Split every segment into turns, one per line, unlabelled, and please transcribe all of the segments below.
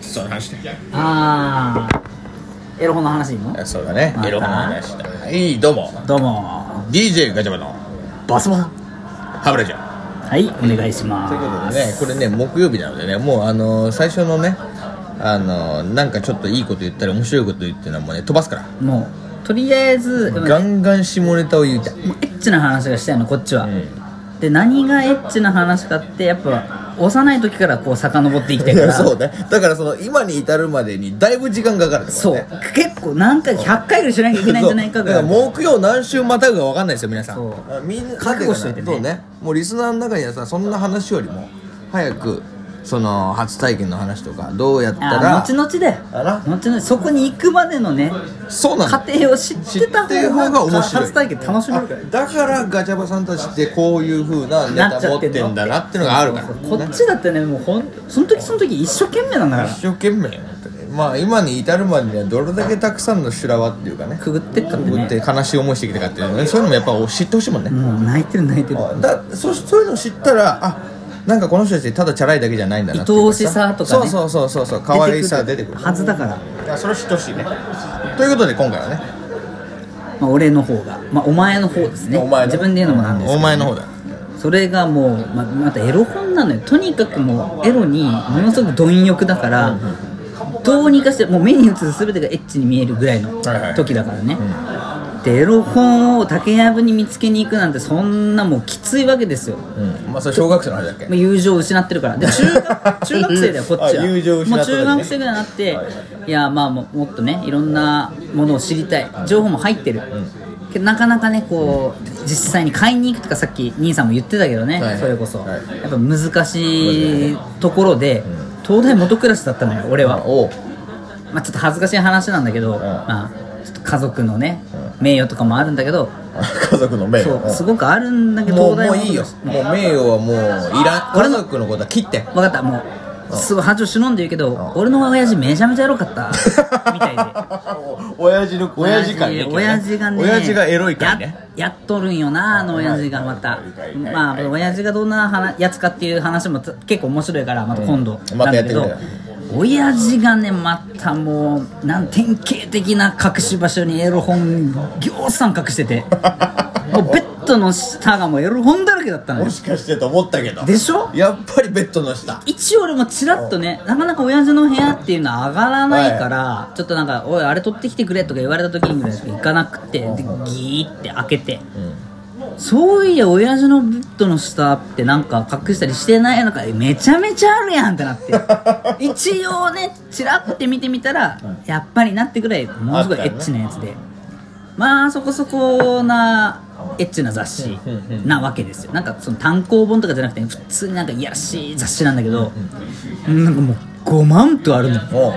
その話だよ
あーエロ本の話いいの
そうだね
また
エロ本の話だはいどうも
どうも
DJ ガチャバの
バスボン
ハブラジオ
はいお願いします
ということでねこれね木曜日なのでねもうあのー最初のねあのーなんかちょっといいこと言ったり面白いこと言ってのはもうね飛ばすから
もうとりあえずでも
ガンガン下ネタを言いたい
もうエッチな話がしたいのこっちは、で何がエッチな話かってやっぱ幼い時からこう遡っていきたい
い
から
や そうねだからその今に至るまでにだいぶ時間かかるってこと
そ
ね
う結構何回100回ぐらいしなきゃいけないんじゃないかぐら
そう
い
だから木曜何週またぐか分かんないですよ皆さん
そう
あみんな
覚悟しといてね
そうねもうリスナーの中にはさそんな話よりも早くその初体験の話とかどうやった
あ
ら
後々だよ
あら
後々そこに行くまでのね
そうなん
過
だ
程を知ってた
知ってる方
方
が
が
面白い
初体験楽しめるから
あだからガチャバさんたちってこういう風なネ
な
タ
っちゃ
持っ
ってんの
てんだなってのがあるから
こっちだってねもうほんその時その時一生懸命なんだから
一生懸命まあ今に至るまでにはどれだけたくさんの修羅場っていうかね
くぐってったんで
ぶっ
ね
て悲しい思いしてきたかっていうのねそういうのもやっぱ知ってほしいもんね
もう泣いてる泣いてる
だそそういうの知ったらあなんかこの人たちただチャラいだけじゃないんだなっていう
愛おしさとか
そ
ね
うそうそうそうそう可愛さ出てくる
はずだから、
あそれ知ってほしいねということで今回はね
まあ、俺の方が、まあ、お前の方ですね
お前の
自分で言うのもなんですけど
お前の方だ
それがもうままたエロ本なのよとにかくもうエロにものすごく貪欲だからどうにかしてもう目に映す全てがエッチに見えるぐらいの
はいはい
時だからね、でエロ本を竹やぶに見つけに行くなんてそんなもうきついわけですよ
うんまあそれ小学生の話だっけ
まあ友情を失ってるからで中 学中学生だよこっち
あ
は
友情を失
も
っ
う
た時ね
中学生ぐらいになって、い、やまあももっとねいろんなものを知りたい情報も入ってる、けどなかなかねこう実際に買いに行くとかさっき兄さんも言ってたけどね、
はい
それこそ、
はい
やっぱ難しいところで、東大元クラスだったのよ俺は、
おう
まあ、ちょっと恥ずかしい話なんだけど、まあ、ちょっと家族のね、名誉とかもあるんだけど
家族の名誉
そうす
う
ごくあるんだけ
ん
ど
もう
東大
もう
元
いいよ
クラス
もう名誉はもういらん家族のことは切って
分かったもうすごい恥を忍んで言うけど、俺の親父めちゃめちゃエロか ったみたいで
親父の親父感ね今日ね
親父がね
親父がエロい感ね
ややっとるんよなあの親父がまた
はいはい
まあ親父がどんな話やつかっていう話もつ結構面白いからまた今度
うんま
な
たや
んだ
って
け
くれ
ど親父がねまたもうなん典型的な隠し場所にエロ本ぎょうさん隠し ててもうベッドの下がもうエロ本だらけだったの
も
よ
しかしてと思ったけど
でしょ
やっぱりベッドの下
一応俺もちらっとねなかなか親父の部屋っていうのは上がらないから、ちょっとなんか「おいあれ取ってきてくれ」とか言われた時にぐらいしか行かなくてでギーって開けて、そういや親父のベッドの下ってなんか隠したりしてないのかめちゃめちゃあるやんってな って一応ねちらって見てみたら、やっぱりなってぐらいものすごいエッチなやつで、まあそこそこなエッチな雑誌なわけですよなんかその単行本とかじゃなくて普通になんかいやらしい雑誌なんだけどなんかもう5万とあるのよ
お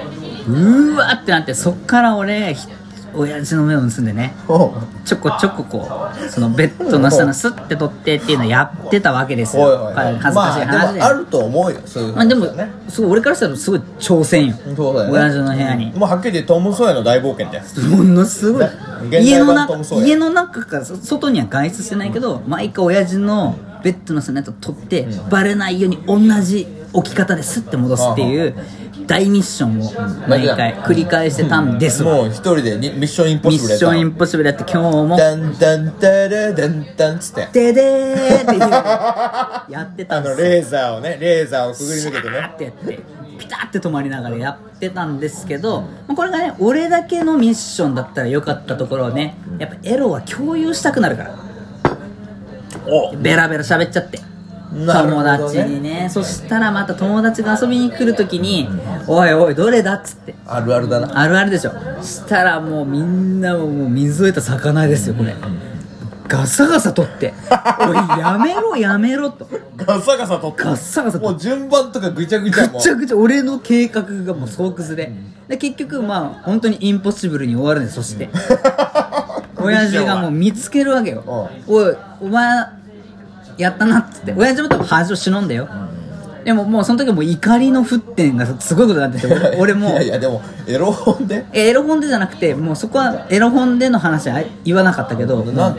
う
うわーってなってそっから俺ひ親父の目を盗んでね
おう
ちょこちょここうそのベッドの下のスッて取ってっていうのをやってたわけですよ
おいおいおい
恥ずかしい話で、
まあでもあると思うよそういう
まあ
話
で
は
も
ね
すごい俺からしたらすごい挑戦よ
そうだよね
親父の部屋に
もうはっきり言ってトム・ソーヤの大冒険だよ
ものすごい
ね現代版
家の
トム
中
ソーヤ
家の中からそ外には外出してないけど毎回親父のベッドの下のやつを取ってバレないように同じ置き方でスッて戻すっていう大ミッションを毎回繰り返してたんですわ
もう一人でにミッションインポッ
ミッ
シブルやっ
シ
た
ョ
の
ンインポッシブルやって今日も
ダンダンダラダンダンっつって
「ででー」って言ってやってた
あ
んで
の
すよ
レーザーをねレーザーをくぐり抜けて
シャー
ね
ってやってピタって止まりながらやってたんですけど、まあこれがね俺だけのミッションだったらよかったところをねやっぱエロは共有したくなるから
お
ベラベラ喋っちゃって、
なるほど
友
ね
達にねそしたらまた友達が遊びに来るときに「おいおいどれだ?」っつって
あるあるだな
あるあるでしょしたらもうみんなもう水を得た魚ですよこれガサガサ取 って「おいやめろやめろ」と
ガサガサと
ガッサガサ
もう順番とかぐちゃぐちゃも
ぐちゃぐちゃ俺の計画がもう総崩れで結局まあ本当にインポッシブルに終わるんですそして親父がもう見つけるわけよおいお前やったなっつって親父も多分恥を忍んだよでももうその時はもう怒りの沸点がすごいことになってて俺俺も
いうやいやでもエロ本で
えエロ本でじゃなくてもうそこはエロ本での話は言わなかったけど
なん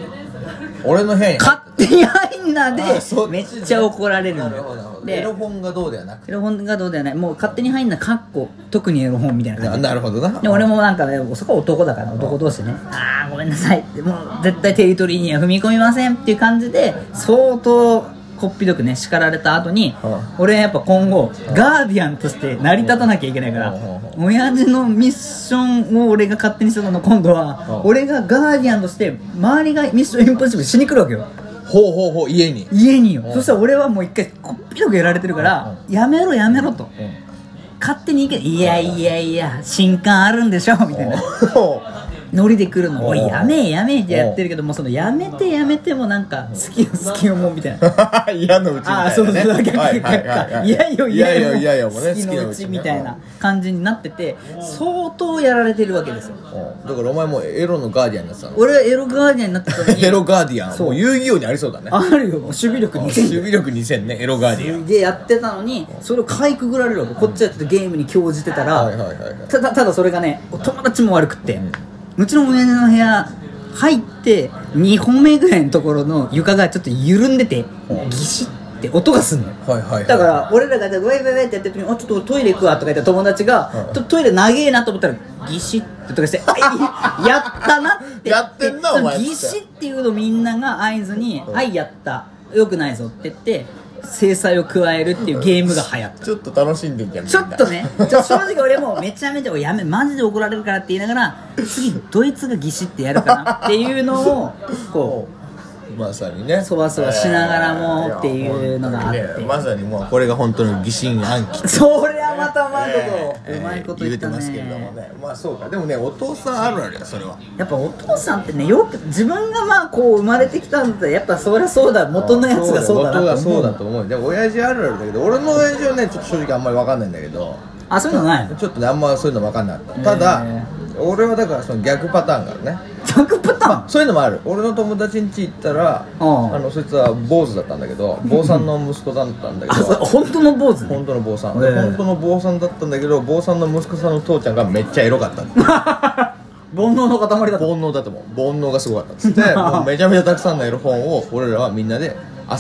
俺の部屋に
勝手に入んんなで
あそっちね
めっちゃ怒られる
なん
だ
るほ
よ
どなるほどエ
で
ロ本がどうではなく
エロ本がどうではないもう勝手に入んなかっこ特にエロ本みたいな
な
感じ
なるほどな
で俺もなんかねそこは男だから男同士ねああごめんなさいでもう絶対テリトリーには踏み込みませんっていう感じで相当こっぴどくね叱られた後に
うん
俺はやっぱ今後ガーディアンとして成り立たなきゃいけないから
うんうん
親父のミッションを俺が勝手にしたの今度は
うん
俺がガーディアンとして周りがミッションインポッシブルしに来るわけよ
ほうほうほう家に
家によ
うん
そしたら俺はもう一回こっぴどくやられてるからやめろやめろと勝手に行けいやいやいや新刊あるんでしょみたいな
ほ
ノリで来るのおい
おう
やめえやめえってやってるけどもうそのやめてやめてもなんか好きよ好きよもうみたい な
う 嫌のうちみたいな、ね、
ああそうそう逆逆
はいはいはいは
かいやいやいや
いやいやいやいやもうね
好きのうち
ね
みたいな感じになってて相当やられてるわけですよ
うんだからお前もエロのガーディアンになってたの
俺はエロガーディアンになってたの に
エロガーディアン
そう
もう遊戯王にありそうだね
あるよもう守備力に
守備力2000ねエロガーディアン
でやってたのにそれをかいくぐられるわけこっちはちょっとゲームに興じてたら、
はいはいはいはい
ただただそれがねお友達も悪くって、うちの親父の部屋入って2本目ぐらいのところの床がちょっと緩んでてギシッって音がすんのよ
はいはいはい
だから俺らがウェイウェイウェイってやってる時に「あちょっとトイレ行くわ」とか言った友達が
うん
とトイレ長えなと思ったらギシッてとかして 「あいやったな」って
やってんなお前
そのギシッっていうのをみんなが合図に「はいやったよくないぞ」って言って制裁を加えるっていうゲームが流行った
ちょっと楽しんでんじゃんみん
ちょ
な
っとね、ちょ正直俺もめちゃめちゃ、おいやめ、マジで怒られるからって言いながら、次、ドイツがギシってやるかなっていうのを、こ
まさにね
そわそわしながらもっていうのがあって
いや本当にねまさにもうこれが本当の疑心暗鬼
う、そりゃまたうまいこと、
え
う
ー
まいこと言った
言うてますけれども
ね。
ねまあそうかでもねお父さんあるあるよそれは
やっぱお父さんってね、よく、自分がまあこう生まれてきたんだったら、やっぱそりゃそうだ、元のやつがそうだ
元
な
が
と
そ
思
うだ
う。
と思うでも親父あるあるだけど俺の親父はねちょっと正直あんまり分かんないんだけど
あ、そういうのないの
ちょっとねあんまそういうの分かんなかったただ
え
俺はだからその逆パターンがあるね
逆パターン
そういうのもある俺の友達ん家行ったらあ
うん
のそいつは坊主だったんだけど坊さんの息子だったんだ
あ、
け
それ
ど
本当の坊主ね。
本当の坊さん、
ええ
本当の坊さんだったんだけど坊さんの息子さんの父ちゃんがめっちゃエロかったって
煩悩の塊だった。
煩悩だと思う煩悩がすごかったっつってもうめちゃめちゃたくさんのエロ本を俺らはみんなで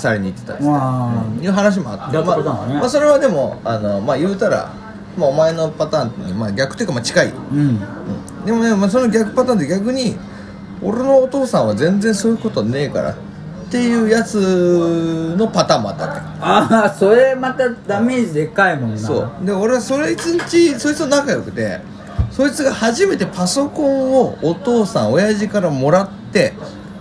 漁りに行ってたっつって
まあ、
いう話もあって、
やった
まあ
ことなのね
まあそれはでもあの、まあ、言うたら、まあ、お前のパターンに、まあ、逆というかまあ近い、う
うん。
ん、でもね、まあ、その逆パターンで逆に俺のお父さんは全然そういうことねえからっていうやつのパターンもあったわ
ああ、それまたダメージでかいもんな。
けそうで俺はそいつんちそいつと仲良くてそいつが初めてパソコンをお父さん親父からもらって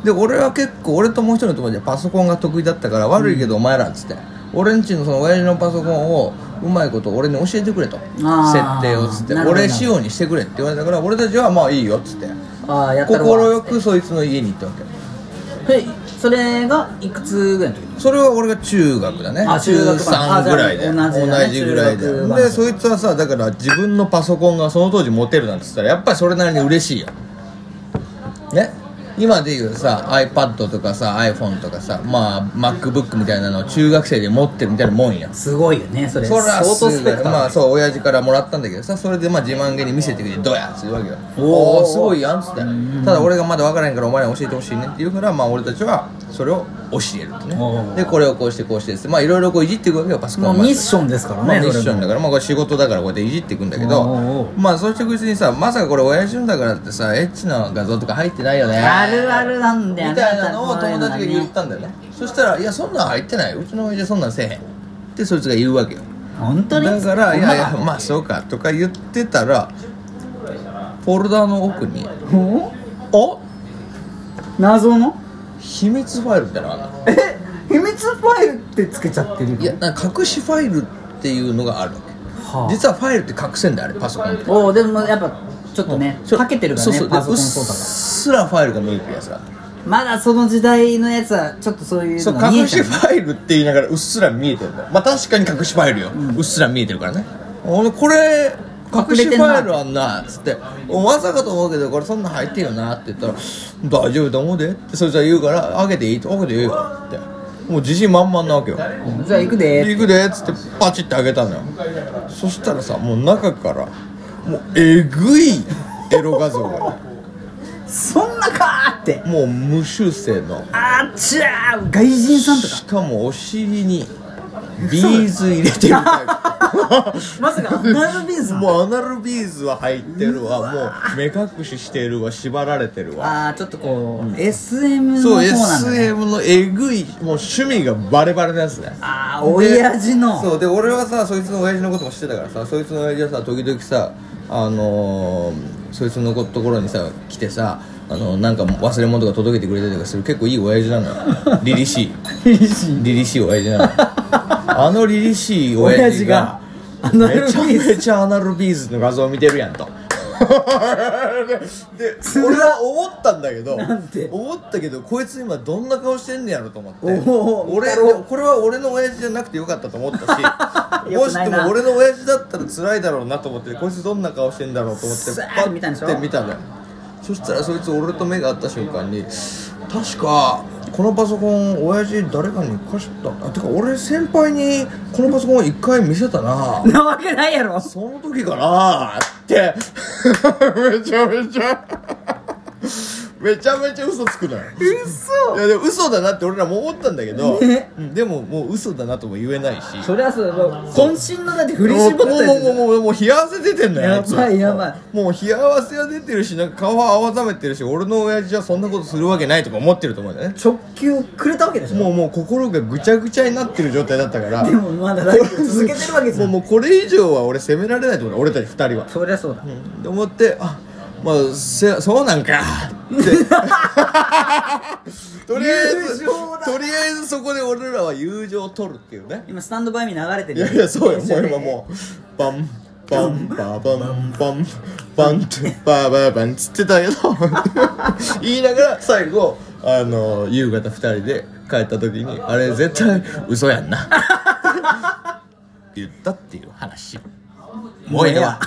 で俺は結構俺ともう一人の友達はパソコンが得意だったから悪いけどお前らっつって、俺んちのその親父のパソコンをうまいこと俺に教えてくれと設
あー
定をっつって
なるほど
俺仕様にしてくれって言われたから俺たちはまあいいよっつって
ああやった
快
らわーっつって
くそいつの家に行ったわけ
はいそれがいくつぐらいの時
それは俺が中学だね
あ中学版
3ぐらいで
あじゃあ
同
同じだね
じぐらいで
中学版
でそいつはさだから自分のパソコンがその当時持てるなんて言ったらやっぱりそれなりに嬉しいよね今でいうさ iPad とかさ iPhone とかさまあ MacBook みたいなのを中学生で持ってるみたいなもんや
すごいよねそれ
それは
相当スペクタ
まあ
ム
そう親父からもらったんだけどさそれでまあ自慢げに見せてくれてどうやって言うわけよ
おー
おおーすごいやんっつってただ俺がまだ分からへんからお前ら教えてほしいねって言うからまあ俺たちはそれを教えると
おー
ねでこれをこうしてこうしてですまあいろいろこういじっていくわけよパソコ
も
ン
う
ま
ミッ
で
ションですから
まあ
ね
ミッシ
そ
ョ
れ
ン
も
だからまあこれ仕事だからこうやっていじっていくんだけ
おー
ど
おー
まあそうしていくうちにさまさかこれ親父のだからってさエッチな画像とか入ってないよね
あるあるなんだよ
みたいなのを友達が言ったんだよねそしたら「いやそんなん入ってないうちの親父はそんなんせえへん」ってそいつが言うわけよ
本当に
だから「いやいや
ほんま
まあそうか」とか言ってたらフォルダーの奥に「
お
お
謎の
秘密ファイル」みたいなのがあるの
え秘密ファイルってつけちゃってる
いやなんか隠しファイルっていうのがあるわけ
はあ
実はファイルって隠せんだよあれパソコンって
おおでもやっぱちょっとね
そ
かけてるから
そう
ね
そう
パソコン
で
操
うっ
作
すらファイルが見えてるやつが
がまだその時代のやつはちょっとそういう
そ
の
う
が見え
隠
ち
し
ゃう
ファイルって言いながらうっすら見えてるんだよまあ確かに隠しファイルよ、うっすら見えてるからね俺これ隠しファイルあんなっつっておまさかと思うけどこれそんなん入ってるよなって言ったら大丈夫と思うでってそいつは言うから開けていいと開けていいよってもう自信満々なわけよ
じゃあ行くでー
行くでっつってパチって開けたのよそしたらさもう中からもうえぐいエロ画像が
そんなかーって
もう無修正の
あっちゃー外人さんとか
しかもお尻にビーズ入れてるタ
まさかナルビーズ
イプ
も
もうアナルビーズは入ってるわもう目隠ししてるわ縛られてるわ
ああちょっとこう、SM の方
そう
なんだ、ね、
SM のえぐいもう趣味がバレバレのやつね
ああ親父の
そうで俺はさそいつの親父のことも知ってたからさそいつの親父はさ時々さあのー、そいつのところにさ来てさあのなんか忘れ物とか届けてくれたりとかする結構いい親父なのよ凛々しい凛々しい親父な のあの凛々しい親
親
父
父
が
がアナル
めち
ビ
ゃ
ーズ
めちゃアナルビーズの画像を見てるやんとで俺は思ったんだけど
なんて
思ったけどこいつ今どんな顔してんねやろと思って
おお
俺
見たろ
これは俺の親父じゃなくて よかったと思ったし
よ
も
く
し
ない
で
な
も俺の親父だったら辛いだろうなと思ってこいつどんな顔してんだろうと思って
さー
パッ
見たんでしょ
て見たのよそしたらそいつ俺と目が合った瞬間に確かこのパソコン親父誰かに貸したあてか俺先輩にこのパソコン一回見せたな
なわけないやろ
その時かなーって めちゃめちゃめちゃめちゃ嘘つくのよい
嘘
やでも嘘だなって俺らも思ったんだけど、
ね
うんでももう嘘だなとも言えないし
そりゃそう渾身のだって振り絞った
もうもう
や
もうもうもう冷や汗出てんのよ
やばい
あつは
やばい
もう冷や汗は出てるしなんか顔は泡ざめてるし俺の親父はそんなことするわけないとか思ってると思うんだよね
つ直球くれたわけでしょ
もうもう心がぐちゃぐちゃになってる状態だったから
でもまだライブ続けてるわけじ
も
ゃ
うんもうこれ以上は俺責められないと思う俺たち二人は
そりゃそうだ
で思ってあまあせそうなんか ってとりあえず
友情だ
とりあえずそこで俺らは友情を取るっていうね
今スタンドバイミー流れてる
いやいやそうよもう今もうバンバンババンバンバントゥバーバーバンつってたけど言いながら最後あの夕方二人で帰った時にあれ絶対嘘やんなって言ったっていう話もうええわ